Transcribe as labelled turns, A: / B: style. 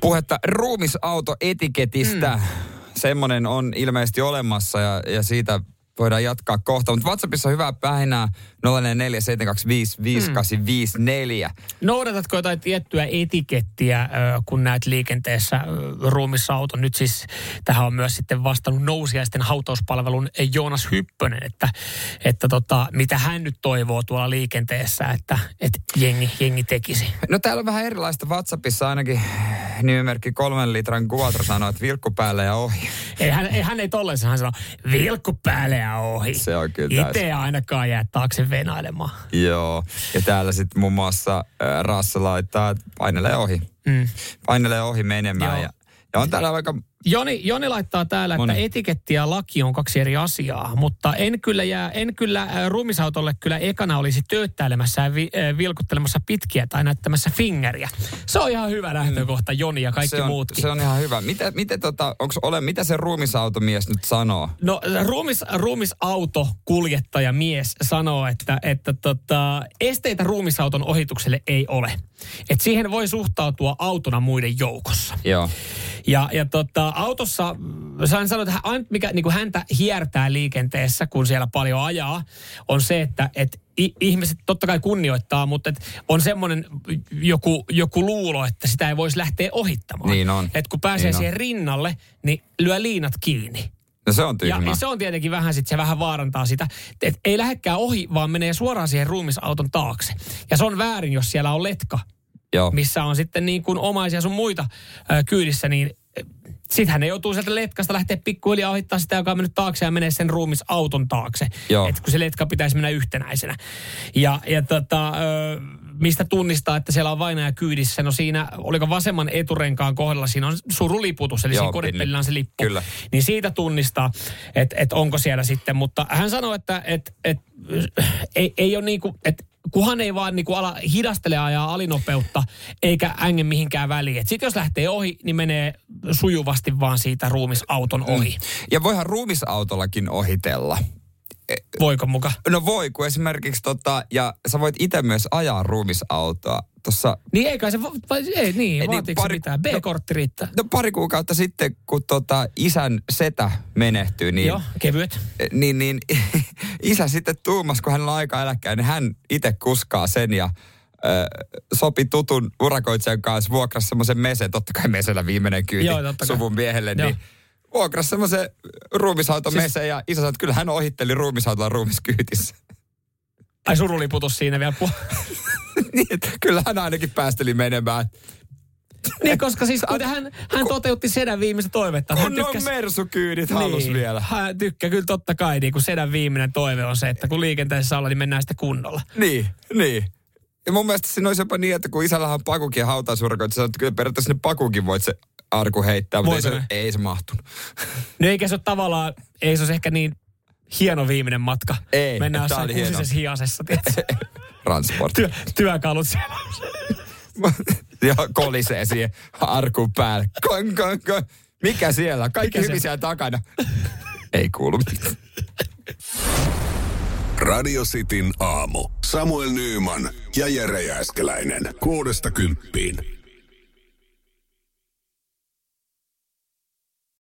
A: Puhetta ruumisautoetiketistä. Mm. Semmoinen on ilmeisesti olemassa ja, ja siitä voidaan jatkaa kohta. Mutta WhatsAppissa on hyvää päinää 0447255854.
B: Noudatatko jotain tiettyä etikettiä, ö, kun näet liikenteessä ö, ruumissa auton? Nyt siis tähän on myös sitten vastannut nousiaisten hautauspalvelun Joonas Hyppönen, että, että tota, mitä hän nyt toivoo tuolla liikenteessä, että, että jengi, jengi tekisi.
A: No täällä on vähän erilaista WhatsAppissa ainakin nimimerkki kolmen litran Quattro sanoo, että vilkku päälle ja ohi.
B: Ei hän, ei, hän ei tolleen, hän sanoo, vilkku päälle ja ohi.
A: Se on kyllä täys.
B: Itse ainakaan jää taakse venailemaan.
A: Joo. Ja täällä sitten muun muassa äh, Rassa laittaa, että painelee ohi.
B: Mm.
A: Painelee ohi menemään.
B: Joo.
A: Ja, ja on täällä aika...
B: Joni, Joni laittaa täällä, että
A: Moni.
B: etiketti ja laki on kaksi eri asiaa, mutta en kyllä, jää, en kyllä äh, ruumisautolle kyllä ekana olisi tööttäilemässä ja vi, äh, vilkuttelemassa pitkiä tai näyttämässä fingeriä. Se on ihan hyvä lähtökohta, Joni ja kaikki
A: Mm. se on,
B: muutkin.
A: se on ihan hyvä. Mitä, mitä, tota, onks ole, mitä se ruumisautomies nyt sanoo?
B: No ruumis, ruumisauto kuljettaja mies sanoo, että, että tota, esteitä ruumisauton ohitukselle ei ole. Et siihen voi suhtautua autona muiden joukossa.
A: Joo.
B: Ja, ja tota, autossa, mm, sain sanoa, että hän- ainut mikä niin kuin häntä hiertää liikenteessä, kun siellä paljon ajaa, on se, että et, i- ihmiset totta kai kunnioittaa, mutta et on semmoinen joku, joku luulo, että sitä ei voisi lähteä ohittamaan.
A: Niin on.
B: Et kun pääsee
A: Niin
B: niin
A: on.
B: siihen rinnalle, niin lyö liinat kiinni.
A: No se on
B: Ja,
A: tyhmä.
B: ja se on tietenkin vähän sit, se vähän vaarantaa sitä, että ei lähdekään ohi, vaan menee suoraan siihen ruumisauton taakse. Ja se on väärin, jos siellä on letka,
A: Joo.
B: missä on sitten niin kuin omaisia sun muita ö, kyydissä, niin sitten hän joutuu sieltä letkasta lähteä pikkuhiljaa ohittaa sitä, joka on mennyt taakse ja menee sen ruumisauton taakse.
A: Joo.
B: Et kun se letka pitäisi mennä yhtenäisenä. Ja, ja tota, ö, mistä tunnistaa, että siellä on vainaja kyydissä? No siinä, oliko vasemman eturenkaan kohdalla, siinä on suruliputus, eli
A: Joo,
B: siinä koripelillä on se lippu.
A: kyllä.
B: Niin siitä tunnistaa, että et onko siellä sitten. Mutta hän sanoi, että et, et, ei, ei ole niin kuin, että kunhan ei vaan niinku ala hidastele ajaa alinopeutta, eikä änge mihinkään väliin. Sitten jos lähtee ohi, niin menee sujuvasti vaan siitä ruumisauton
A: Mm.
B: ohi.
A: Ja voihan ruumisautollakin ohitella.
B: Voiko muka?
A: No voi, kun esimerkiksi tota, ja sä voit itse myös ajaa ruumisautoa. Tuossa
B: Niin eikä se, va- vai, ei niin,
A: Ei,
B: ei,
A: niin
B: vaatiiko
A: pari-
B: se mitään? B-kortti riittää.
A: no pari kuukautta sitten, kun tota isän setä menehtyi, niin,
B: Joo, kevyet.
A: niin, niin isä sitten tuumas, kun hänellä on aika eläkkää, niin hän itse kuskaa sen ja ö, sopi tutun urakoitsijan kanssa vuokrasi semmoisen mesen, totta kai mesellä viimeinen kyyti
B: Joo, totta kai.
A: suvun miehelle,
B: Joo.
A: niin vuokrasi semmoisen ruumisauton
B: Siis-
A: siis... mesen ja isä sanoi, että kyllä hän ohitteli ruumisautolla ruumiskyytissä.
B: Ai suruliputus siinä vielä. puol-
A: niin, että kyllä hän ainakin päästeli menemään.
B: niin, koska siis kuten hän, hän toteutti sedän viimeistä toivetta. Hän
A: Kun on mersukyydit No halus
B: niin,
A: vielä.
B: Hän tykkää kyllä totta kai, niin kun sedän viimeinen toive on se, että kun liikenteessä ollaan, niin mennään sitä kunnolla.
A: Niin, niin. Ja mun mielestä siinä olisi jopa niin, että kun isällä on pakukin ja hautausurkoita, sä sanoit, kyllä periaatteessa ne pakukin voit se arku heittää, mutta ei
B: Voiko
A: se,
B: ne?
A: ei se mahtunut.
B: No eikä se ole tavallaan, ei se olisi ehkä niin hieno viimeinen matka.
A: Ei,
B: Mennään
A: tää oli
B: jossain
A: hieno.
B: kuusisessa hiasessa, tiedätkö?
A: Transport.
B: Työ, työkalut siellä.
A: ja kolisee siihen arkun päälle. Kon, kon, kon. Mikä siellä? Kaikki
B: Mikä
A: hyvin
B: se-
A: siellä takana. ei kuulu mitään.
C: Radio Cityn aamu. Samuel Nyyman ja Jere Jääskeläinen. Kuudesta kymppiin.